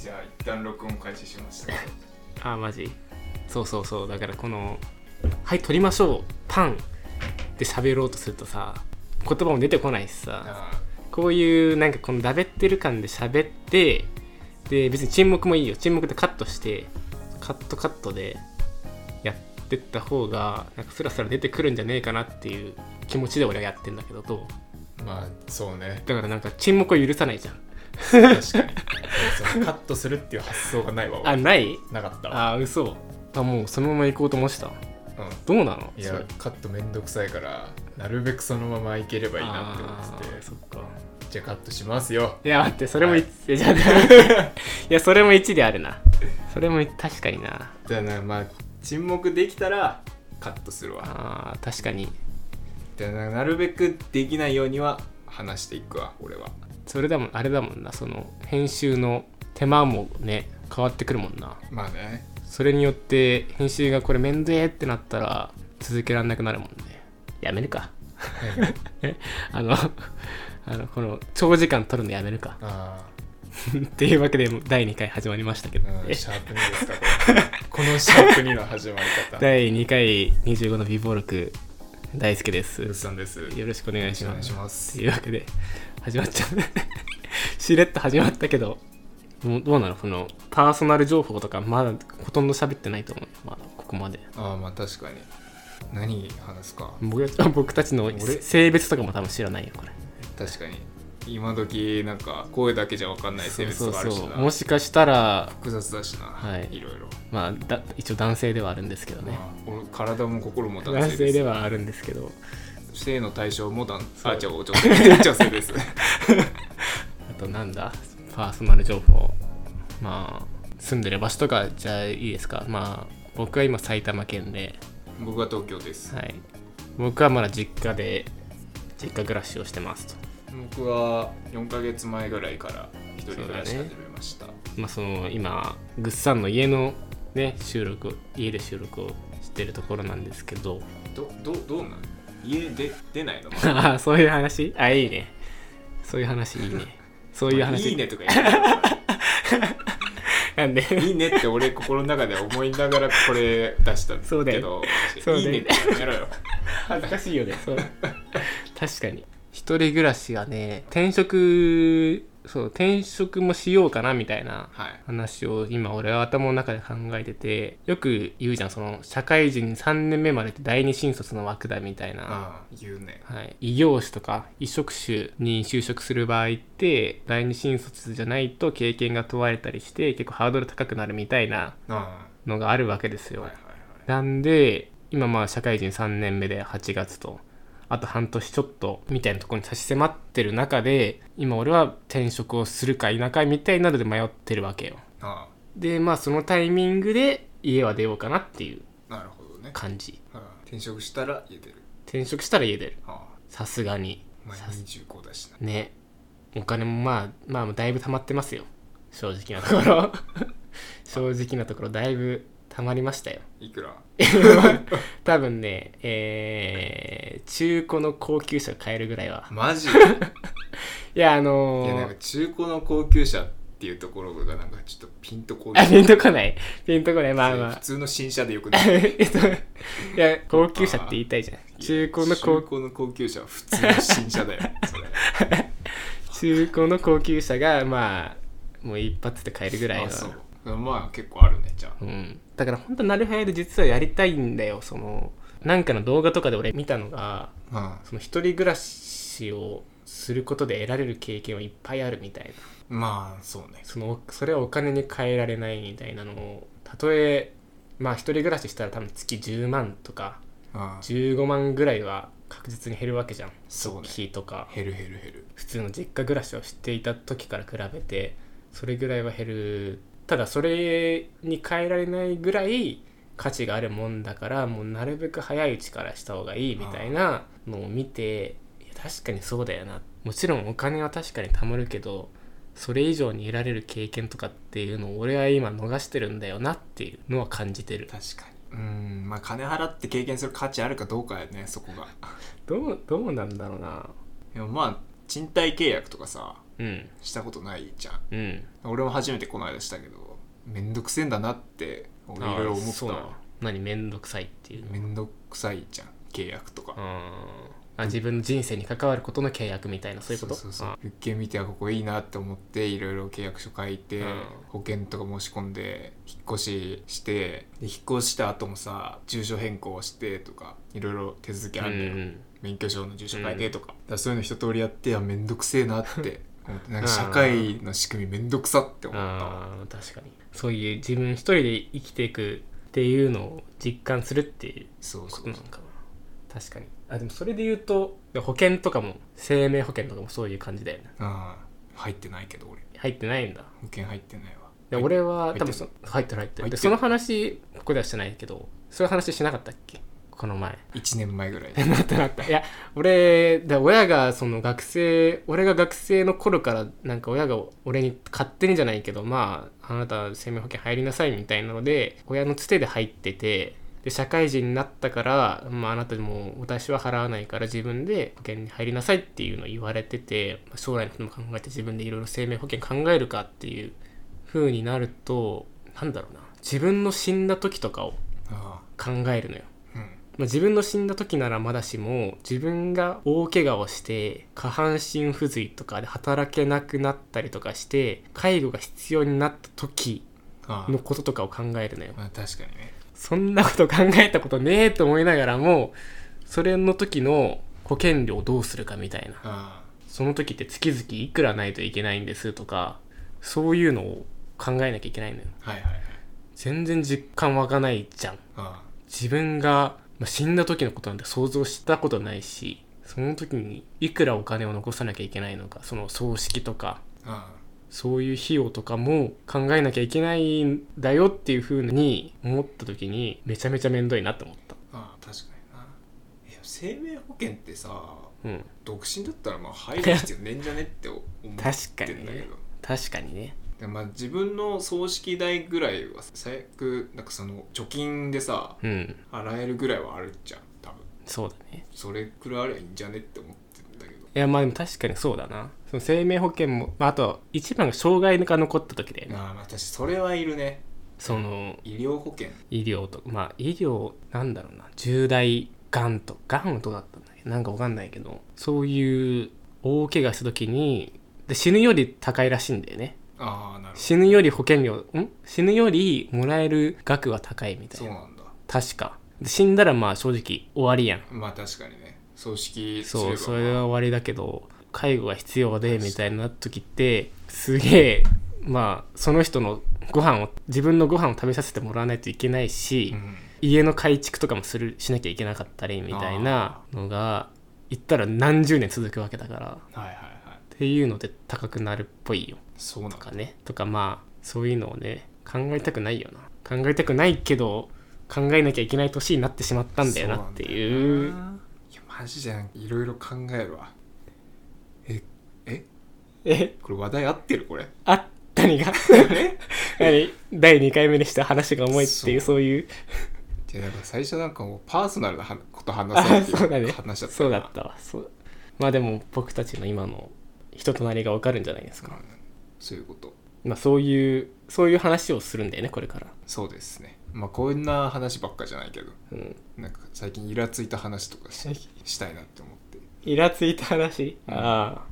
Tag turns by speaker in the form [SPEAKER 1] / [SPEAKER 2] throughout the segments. [SPEAKER 1] じゃあ一旦録音開始しま した
[SPEAKER 2] あーマジそうそうそうだからこの「はい撮りましょうパン」って喋ろうとするとさ言葉も出てこないしさ
[SPEAKER 1] あ
[SPEAKER 2] こういうなんかこのだべってる感で喋ってで別に沈黙もいいよ沈黙でカットしてカットカットでやってった方がなんかスラスラ出てくるんじゃねえかなっていう気持ちで俺はやってんだけどと
[SPEAKER 1] ーまあそうね
[SPEAKER 2] だからなんか沈黙を許さないじゃん
[SPEAKER 1] 確かにそのカットするっていう発想がないわ
[SPEAKER 2] あ
[SPEAKER 1] 俺
[SPEAKER 2] ない
[SPEAKER 1] なかったわ
[SPEAKER 2] あー嘘あもうそのまま行こうと思ってた
[SPEAKER 1] う
[SPEAKER 2] どうなの
[SPEAKER 1] んい
[SPEAKER 2] そ
[SPEAKER 1] や
[SPEAKER 2] れ
[SPEAKER 1] カットめんどくさいからなるべくそのままいければいいなって思って
[SPEAKER 2] あー
[SPEAKER 1] て
[SPEAKER 2] そっか
[SPEAKER 1] じゃあカットしますよ
[SPEAKER 2] いや待ってそれも
[SPEAKER 1] はい
[SPEAKER 2] 一えじゃあ いやそれも1であるなそれも一確かにな
[SPEAKER 1] だからまあ沈黙できたらカットするわ
[SPEAKER 2] あー確かに
[SPEAKER 1] だからなるべくできないようには話していくわ俺は
[SPEAKER 2] それだもんあれだもんなその編集の手間もね変わってくるもんな
[SPEAKER 1] まあ ね
[SPEAKER 2] それによって編集がこれめんどえってなったら続けられなくなるもんねやめるかえあの あのこの長時間撮るのやめるか
[SPEAKER 1] あ
[SPEAKER 2] っていうわけでもう第2回始まりましたけど、
[SPEAKER 1] あ、うん、
[SPEAKER 2] え
[SPEAKER 1] シャープ2ですかこれこのシャープ2の始まり方
[SPEAKER 2] 第2回25の美貌録大輔です
[SPEAKER 1] ブスさんです。よ
[SPEAKER 2] よろしくお願いします
[SPEAKER 1] ます
[SPEAKER 2] というわけで始まっちゃう しれっと始まったけどもうどうなのこのパーソナル情報とかまだほとんど喋ってないと思うまだここまで
[SPEAKER 1] ああ、まあ確かに。何話すか。
[SPEAKER 2] 僕たち僕たちの
[SPEAKER 1] 俺
[SPEAKER 2] 性別とかも多分知らないよこれ
[SPEAKER 1] 確かに。今時なんか声だけじゃ分かんない性別
[SPEAKER 2] そ
[SPEAKER 1] と
[SPEAKER 2] う
[SPEAKER 1] かあるし
[SPEAKER 2] そう
[SPEAKER 1] な。
[SPEAKER 2] もしかしたら
[SPEAKER 1] 複雑だしな。
[SPEAKER 2] はい
[SPEAKER 1] いろいろ。
[SPEAKER 2] まあだ一応男性ではあるんですけどね
[SPEAKER 1] まあ俺体も心も男
[SPEAKER 2] 男
[SPEAKER 1] 性
[SPEAKER 2] 性
[SPEAKER 1] で。
[SPEAKER 2] ですはあるんですけど
[SPEAKER 1] 性の対象も男性。
[SPEAKER 2] そう
[SPEAKER 1] あ、違う、女性女 性です。
[SPEAKER 2] あとなんだパーソナル情報まあ住んでる場所とかじゃあいいですかまあ僕は今埼玉県で
[SPEAKER 1] 僕は東京です。
[SPEAKER 2] はい、僕はまだ実家で実家暮らしをしてますと、
[SPEAKER 1] 僕は4ヶ月前ぐらいから一人暮らし
[SPEAKER 2] そうだね
[SPEAKER 1] 始めました。
[SPEAKER 2] まあ、その今ぐっさんの家の、ね、収録を家で収録をしてるところなんですけど
[SPEAKER 1] ど、ど、どうなの家で出ないのまだ
[SPEAKER 2] ああそういう話あいいねそういう話いいねそういう話
[SPEAKER 1] いいねとか言ってる。
[SPEAKER 2] なんで
[SPEAKER 1] いいねって俺心の中で思いながらこれ出したんです
[SPEAKER 2] そうだ
[SPEAKER 1] けど、
[SPEAKER 2] よそうだ
[SPEAKER 1] いい
[SPEAKER 2] よ
[SPEAKER 1] ねってやめろよ。
[SPEAKER 2] 恥ずかしいよねそう確かに一人暮らしがね転職そう転職もしようかなみたいな
[SPEAKER 1] はい。
[SPEAKER 2] 話を今俺は頭の中で考えててよく言うじゃんその社会人3年目までって第二新卒の枠だみたいな、
[SPEAKER 1] ああ、言うね。
[SPEAKER 2] はい、異業種とか異職種に就職する場合って第二新卒じゃないと経験が問われたりして結構ハードル高くなるみたいな
[SPEAKER 1] あ
[SPEAKER 2] のがあるわけです
[SPEAKER 1] あ、
[SPEAKER 2] よ、
[SPEAKER 1] はいはい
[SPEAKER 2] なんで今まあ社会人3年目で8月とあと半年ちょっとみたいなところに差し迫ってる中で今俺は転職をするか否かみたいなので迷ってるわけよ
[SPEAKER 1] はい。あ
[SPEAKER 2] でまあそのタイミングで家は出ようかなっていう
[SPEAKER 1] あ、なるほどね。
[SPEAKER 2] 感じ
[SPEAKER 1] ああ転職したら家出る。
[SPEAKER 2] 転職したら家出る
[SPEAKER 1] あ
[SPEAKER 2] さすがに
[SPEAKER 1] あ、まあ
[SPEAKER 2] さす
[SPEAKER 1] 25だしな。
[SPEAKER 2] ねお金もまあまあだいぶ溜まってますよ正直なと ころ正直なところだいぶ溜まりまし たよ
[SPEAKER 1] いくら
[SPEAKER 2] 多分ねえー、中古の高級車買えるぐらいは
[SPEAKER 1] マジ い
[SPEAKER 2] いやあのー、
[SPEAKER 1] や、なんか中古の高級車っていうところがなんかちょっとピンとこな
[SPEAKER 2] あ
[SPEAKER 1] い
[SPEAKER 2] ピンとこないピンとこないまあま
[SPEAKER 1] 普
[SPEAKER 2] あ
[SPEAKER 1] 通の新車でよくない。
[SPEAKER 2] えっと いや高級車って言いたいじゃん中古の高
[SPEAKER 1] 中古の高級車は普通の新車だよ。そ れ
[SPEAKER 2] 中古の高級車がまあもう一発で買えるぐらい
[SPEAKER 1] あ
[SPEAKER 2] は
[SPEAKER 1] そう。まあ結構あるね、じゃあ。
[SPEAKER 2] うん、だから本当なるはやで実はやりたいんだよそのなんかの動画とかで俺見たの
[SPEAKER 1] あ
[SPEAKER 2] が
[SPEAKER 1] あ
[SPEAKER 2] その一人暮らしをすることで得られる経験はいっぱいあるみたいな
[SPEAKER 1] まあそうね
[SPEAKER 2] そのそれはお金に換えられないみたいなのをたとえまあ一人暮らししたら多分月10万とか
[SPEAKER 1] ああ
[SPEAKER 2] 15万ぐらいは確実に減るわけじゃん
[SPEAKER 1] そうね
[SPEAKER 2] 費とか
[SPEAKER 1] 減る減る減る
[SPEAKER 2] 普通の実家暮らしをしていた時から比べてそれぐらいは減るただそれに変えられないぐらい価値があるもんだからもうなるべく早いうちからした方がいいみたいなのを見ていや確かにそうだよなもちろんお金は確かに貯まるけどそれ以上に得られる経験とかっていうのを俺は今逃してるんだよなっていうのは感じてる
[SPEAKER 1] 確かにうんまあ金払って経験する価値あるかどうかやねそこが
[SPEAKER 2] どうどうなんだろうな
[SPEAKER 1] でもまあ賃貸契約とかさ
[SPEAKER 2] ううん
[SPEAKER 1] したことないじゃん
[SPEAKER 2] うん
[SPEAKER 1] 俺も初めてこの間したけどめんどくせえんだなって俺いろいろ思
[SPEAKER 2] あ
[SPEAKER 1] っ
[SPEAKER 2] そうな
[SPEAKER 1] た
[SPEAKER 2] の何めんどくさいっていうの
[SPEAKER 1] めんどくさいじゃん契約とか
[SPEAKER 2] あーあ自分の人生に関わることの契約みたいなそういうこと
[SPEAKER 1] そうそう
[SPEAKER 2] あ
[SPEAKER 1] 物件見てはここいいなって思っていろいろ契約書書いて、
[SPEAKER 2] うん
[SPEAKER 1] 保険とか申し込んで引っ越ししてで引っ越した後もさ住所変更してとかいろいろ手続きあ
[SPEAKER 2] う
[SPEAKER 1] る
[SPEAKER 2] ん
[SPEAKER 1] の
[SPEAKER 2] う
[SPEAKER 1] よ、
[SPEAKER 2] ん
[SPEAKER 1] 免許証の住所変えてとか,、そういうの一通りやっていやめんどくせえなって 思ってなんか社会の仕組みめんどくさって思ったわ
[SPEAKER 2] あー確かにそういう自分一人で生きていくっていうのを実感するっていう
[SPEAKER 1] そう
[SPEAKER 2] こ
[SPEAKER 1] そ
[SPEAKER 2] と
[SPEAKER 1] う
[SPEAKER 2] なのかな確かにあでもそれで言うと保険とかも生命保険とかもそういう感じだよね
[SPEAKER 1] あー入ってないけど俺
[SPEAKER 2] 入ってないんだ
[SPEAKER 1] 保険入ってないわ
[SPEAKER 2] で俺は
[SPEAKER 1] 入って
[SPEAKER 2] 多分そ入ってる入
[SPEAKER 1] 入っ
[SPEAKER 2] ってる
[SPEAKER 1] て
[SPEAKER 2] で
[SPEAKER 1] る
[SPEAKER 2] その話ここではしてないけどそういう話しなかったっけこの前
[SPEAKER 1] 1年前ぐらい
[SPEAKER 2] なったなったいや俺で親がその学生俺が学生の頃からなんか親が俺に勝手にじゃないけどまああなた生命保険入りなさいみたいなので親のつてで入っててで社会人になったから、まああなたもう私は払わないから自分で保険に入りなさいっていうのを言われててまあ将来のことも考えて自分でいろいろ生命保険考えるかっていう風になるとなんだろうな自分の死んだ時とかを
[SPEAKER 1] あ
[SPEAKER 2] 考えるのよ。
[SPEAKER 1] あうん
[SPEAKER 2] まあ、自分の死んだ時ならまだしも自分が大怪我をして下半身不随とかで働けなくなったりとかして介護が必要になった時
[SPEAKER 1] ああ
[SPEAKER 2] のこととかを考えるのよ
[SPEAKER 1] まあ確かにね
[SPEAKER 2] そんなこと考えたことねえと思いながらもそれの時の保険料をどうするかみたいな
[SPEAKER 1] あ
[SPEAKER 2] その時って月々いくらないといけないんですとかそういうのを考えなきゃいけないのよ
[SPEAKER 1] あはいはいはい
[SPEAKER 2] 全然実感湧かないじゃん
[SPEAKER 1] あ
[SPEAKER 2] 自分がまあ死んだ時のことなんて想像したことないしその時にいくらお金を残さなきゃいけないのかその葬式とか
[SPEAKER 1] ああ
[SPEAKER 2] そういう費用とかも考えなきゃいけないんだよっていう風に思った時にめちゃめちゃ面倒いなって思った
[SPEAKER 1] あああ確かにないや生命保険ってさ
[SPEAKER 2] うん
[SPEAKER 1] 独身だったらまあ入る必要ねえんじゃねって思
[SPEAKER 2] 確か
[SPEAKER 1] ってん
[SPEAKER 2] に
[SPEAKER 1] だけ
[SPEAKER 2] ね
[SPEAKER 1] ど
[SPEAKER 2] 確かにね
[SPEAKER 1] でまあ自分の葬式代ぐらいは最悪なんかその貯金でさ
[SPEAKER 2] うん
[SPEAKER 1] 洗えるぐらいはあるじゃん多分
[SPEAKER 2] そうだね
[SPEAKER 1] それくらいありゃいいんじゃねって思ってるんだけど
[SPEAKER 2] いやまあでも確かにそうだなその生命保険も、まあ、あと一番が障害が残った時だよね
[SPEAKER 1] ああまあ私それはいるね
[SPEAKER 2] その
[SPEAKER 1] 医療保険
[SPEAKER 2] 医療とまあ医療なんだろうな重大がんとがんはどうだったんだっけなんかわかんないけどそういう大怪我した時にで死ぬより高いらしいんだよね
[SPEAKER 1] ああなるほど
[SPEAKER 2] 死ぬより保険料ん死ぬよりもらえる額は高いみた
[SPEAKER 1] そ
[SPEAKER 2] いうな
[SPEAKER 1] なんだ
[SPEAKER 2] 確かで死んだらまあ正直終わりやん
[SPEAKER 1] まあ確かにね葬式すれば
[SPEAKER 2] そうそれ
[SPEAKER 1] まあ
[SPEAKER 2] は終わりだけど介護が必要でみたいになった時ってすげえまあその人のご飯を自分のご飯を食べさせてもらわないといけないし、
[SPEAKER 1] うん
[SPEAKER 2] 家の改築とかもするしなきゃいけなかったりみたいなのが言ったら何十年続くわけだからっ
[SPEAKER 1] はいはいはい
[SPEAKER 2] ていうので高くなるっぽいよ
[SPEAKER 1] そうなん
[SPEAKER 2] と
[SPEAKER 1] だ
[SPEAKER 2] かねとかまあそういうのをね考えたくないよな考えたくないけど考えなきゃいけない年になってしまったんだよなってい
[SPEAKER 1] そ
[SPEAKER 2] う
[SPEAKER 1] うなんだよないやマジじゃんいろいろ考えるわええ
[SPEAKER 2] え
[SPEAKER 1] これ話題合ってるこれ
[SPEAKER 2] あったに が
[SPEAKER 1] え
[SPEAKER 2] 何第2回目にした話が重いっていうそういう
[SPEAKER 1] じゃあなんか最初なんかもうパーソナルなはこと話そう
[SPEAKER 2] あそう
[SPEAKER 1] って
[SPEAKER 2] だ
[SPEAKER 1] い
[SPEAKER 2] ね
[SPEAKER 1] う話だった
[SPEAKER 2] そうだ
[SPEAKER 1] な
[SPEAKER 2] ったわそうまあでも僕たちの今の人となりが分かるんじゃないですか
[SPEAKER 1] うんそういうこと
[SPEAKER 2] まあ、そういうそういう話をするんだよねこれから、
[SPEAKER 1] そうですねまあこんな話ばっかじゃないけど
[SPEAKER 2] うん、
[SPEAKER 1] なんか最近イラついた話とかししたいなって思って
[SPEAKER 2] イラついた話、
[SPEAKER 1] うん
[SPEAKER 2] ああ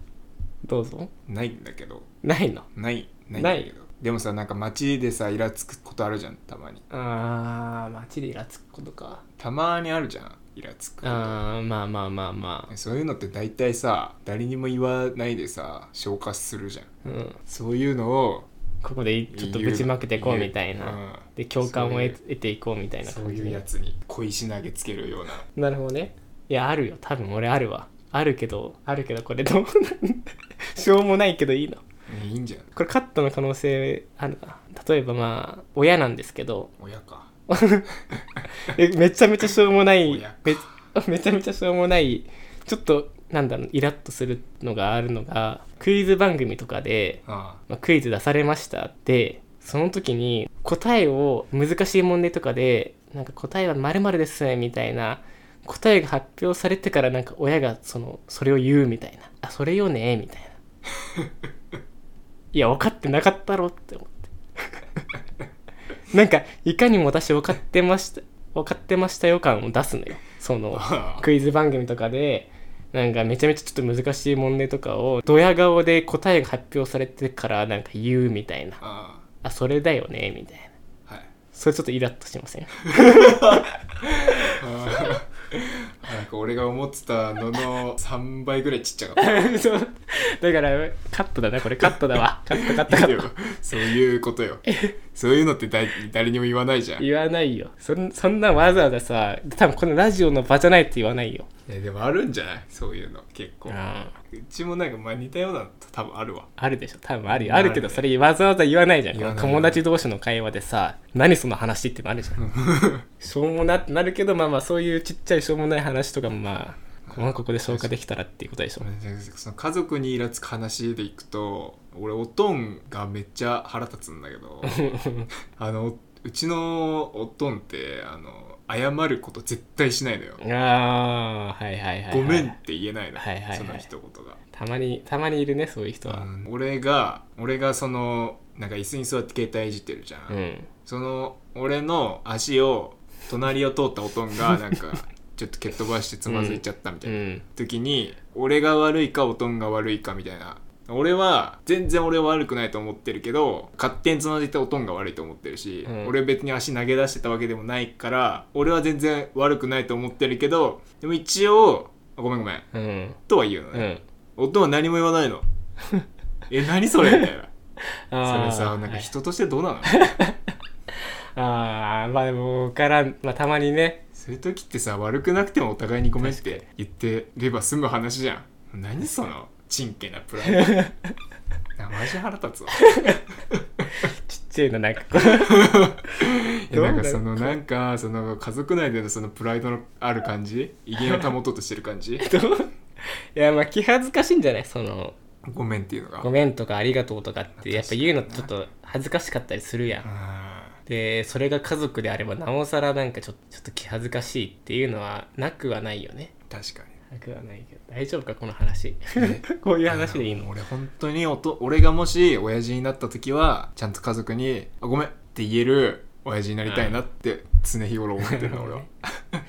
[SPEAKER 2] どうぞ
[SPEAKER 1] ないんだけど
[SPEAKER 2] ないの
[SPEAKER 1] ないないんだけどでもさなんか街でさイラつくことあるじゃんたまに
[SPEAKER 2] ああ街でイラつくことか
[SPEAKER 1] たまにあるじゃんイラつくこと
[SPEAKER 2] ああまあまあまあまあ
[SPEAKER 1] そういうのって大体さ誰にも言わないでさ消化するじゃん
[SPEAKER 2] うん、
[SPEAKER 1] そういうのを
[SPEAKER 2] ここでちょっとぶちまけてこうみたい
[SPEAKER 1] 言う
[SPEAKER 2] な、
[SPEAKER 1] うん
[SPEAKER 2] で共感を
[SPEAKER 1] そう
[SPEAKER 2] 得
[SPEAKER 1] いう
[SPEAKER 2] 得ていこうみたいな
[SPEAKER 1] そう
[SPEAKER 2] 感じ
[SPEAKER 1] いうやつに小石投げつけるような
[SPEAKER 2] なるほどねいやあるよ多分俺あるわあるけどあるけどこれどう しょうもないけどいいの
[SPEAKER 1] えいいんじゃん
[SPEAKER 2] これカットの可能性あるな例えばまあ親なんですけど
[SPEAKER 1] 親か
[SPEAKER 2] えめちゃめちゃしょうもない
[SPEAKER 1] 親か
[SPEAKER 2] めめ ちゃめちゃしょうもないちょっとなんだろうイラッとするのがあるのがクイズ番組とかで、
[SPEAKER 1] あ
[SPEAKER 2] まあ、クイズ出されましたってその時に答えを難しい問題とかでなんか答えは〇〇ですねみたいな答えが発表されてからなんか親がそのそれを言うみたいなあそれよねみたいないや分かってなかったろって思ってなんかいかにも私分かってました分かってましたよ感を出すのよそ の
[SPEAKER 1] あ
[SPEAKER 2] クイズ番組とかでなんかめちゃめちゃちょっと難しい問題とかをドヤ顔で答えが発表されてからなんか言うみたいな
[SPEAKER 1] あ
[SPEAKER 2] あそれだよねみたいな
[SPEAKER 1] はい
[SPEAKER 2] それちょっとイラッとしません
[SPEAKER 1] あーなんか俺が思ってたのの3倍ぐらいちっちゃか った
[SPEAKER 2] そうだからカットだなこれカットだわ カットカットカ
[SPEAKER 1] で
[SPEAKER 2] ッ
[SPEAKER 1] も
[SPEAKER 2] ト
[SPEAKER 1] そういうことよそういうのって誰誰にも言わないじゃんい
[SPEAKER 2] 言わないよそんそんなわざわざさ多分このラジオの場じゃないって言わないよ
[SPEAKER 1] やでもあるんじゃないそういうの結構
[SPEAKER 2] あ
[SPEAKER 1] うちもなんかまあ似たようなの多分あるわ
[SPEAKER 2] あるでしょ多分あるよ
[SPEAKER 1] あ
[SPEAKER 2] あ
[SPEAKER 1] るね
[SPEAKER 2] るけどそれわざわざ言わないじゃん
[SPEAKER 1] 言わない
[SPEAKER 2] 友達同士の会話でさ何その話ってのあるじゃんしょうもなってなるけどまあまあそういうちっちゃいしょうもない話とかもまあこまあここで消化できたらっていうことでしょ
[SPEAKER 1] その家族にイラつく話でいくと俺おとんがめっちゃ腹立つんだけ どあのうちのおとんってあの謝ること絶対しないのよ、
[SPEAKER 2] ああはいはいはい、はい、
[SPEAKER 1] ごめんって言えないの、
[SPEAKER 2] はいはいはい
[SPEAKER 1] その一言が、
[SPEAKER 2] たまにたまにいるねそういう人は
[SPEAKER 1] うん俺が俺がそのなんか椅子に座って携帯いじってるじゃん、
[SPEAKER 2] うん
[SPEAKER 1] その俺の足を隣を通ったおとんがなんかちょっと蹴っ飛ばしてつまずいちゃったみた
[SPEAKER 2] う
[SPEAKER 1] いなん時に俺が悪いかおとんが悪いかみたいな俺は全然俺は悪くないと思ってるけど勝手につまずいたおとんが悪いと思ってるし、
[SPEAKER 2] うん
[SPEAKER 1] 俺別に足投げ出してたわけでもないから俺は全然悪くないと思ってるけどでも一応「ごめんごめん
[SPEAKER 2] うん」
[SPEAKER 1] とは言うの
[SPEAKER 2] う
[SPEAKER 1] ね、
[SPEAKER 2] ん
[SPEAKER 1] おとんは何も言わない のえ何それみたいなそ
[SPEAKER 2] あ
[SPEAKER 1] れ
[SPEAKER 2] ー
[SPEAKER 1] さなん
[SPEAKER 2] は
[SPEAKER 1] か
[SPEAKER 2] い
[SPEAKER 1] 人としてどうなの
[SPEAKER 2] ああまあでも分からんまあたまにね
[SPEAKER 1] そういう時ってさ悪くなくてもお互いにごめんって言ってれば済む話じゃん何そのちんけなプライドなマジ腹立つわ
[SPEAKER 2] ちっちゃいのなんかこう
[SPEAKER 1] いやなんかそのなんかその家族内でのそのプライドのある感じ威厳を保とうとしてる感じ
[SPEAKER 2] いやまあ気恥ずかしいんじゃないその
[SPEAKER 1] ごめんっていうのが
[SPEAKER 2] ごめんとかありがとうとかってやっぱ言うのってちょ
[SPEAKER 1] 確
[SPEAKER 2] っと恥ずかしかったりするやん。
[SPEAKER 1] あ
[SPEAKER 2] でそれが家族であればなおさらなんかちょちょっと気恥ずかしいっていうのはなくはないよね。
[SPEAKER 1] ー確かに
[SPEAKER 2] なくはないけど大丈夫かこの話
[SPEAKER 1] え。
[SPEAKER 2] こういう話でいい の
[SPEAKER 1] 俺本当におと俺がもし親父になった時はちゃんと家族に「あごめん」って言える親父になりたいなって常日頃思ってるの俺は
[SPEAKER 2] あ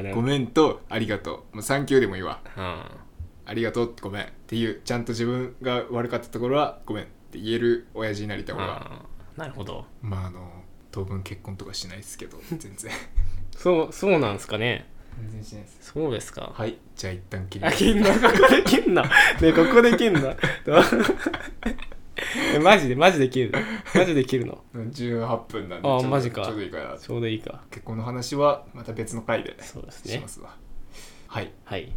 [SPEAKER 2] あで
[SPEAKER 1] ご
[SPEAKER 2] も。
[SPEAKER 1] めんとありがとうもうサンキューでもいいわ
[SPEAKER 2] ああ
[SPEAKER 1] ありがとうごめんっていうちゃんと自分が悪かったところはごめんって言える親父になりたい俺は
[SPEAKER 2] ああなるほど。
[SPEAKER 1] まああの当分結婚とかしないですけど全然
[SPEAKER 2] そうそうなんですかね。
[SPEAKER 1] 全然しないです
[SPEAKER 2] そうですか。
[SPEAKER 1] はいじゃあ一旦切りま
[SPEAKER 2] あ、
[SPEAKER 1] す
[SPEAKER 2] 切んのここで切んのねえここで切んの えマジでマジで切るのマジで切る の
[SPEAKER 1] 18分なんでち
[SPEAKER 2] あ
[SPEAKER 1] ょうど
[SPEAKER 2] マジか
[SPEAKER 1] ちょうどいいかな
[SPEAKER 2] ちょうどいいか。
[SPEAKER 1] 結婚の話はまた別の回で
[SPEAKER 2] そうです
[SPEAKER 1] し
[SPEAKER 2] ね
[SPEAKER 1] ま。すわはい
[SPEAKER 2] はい。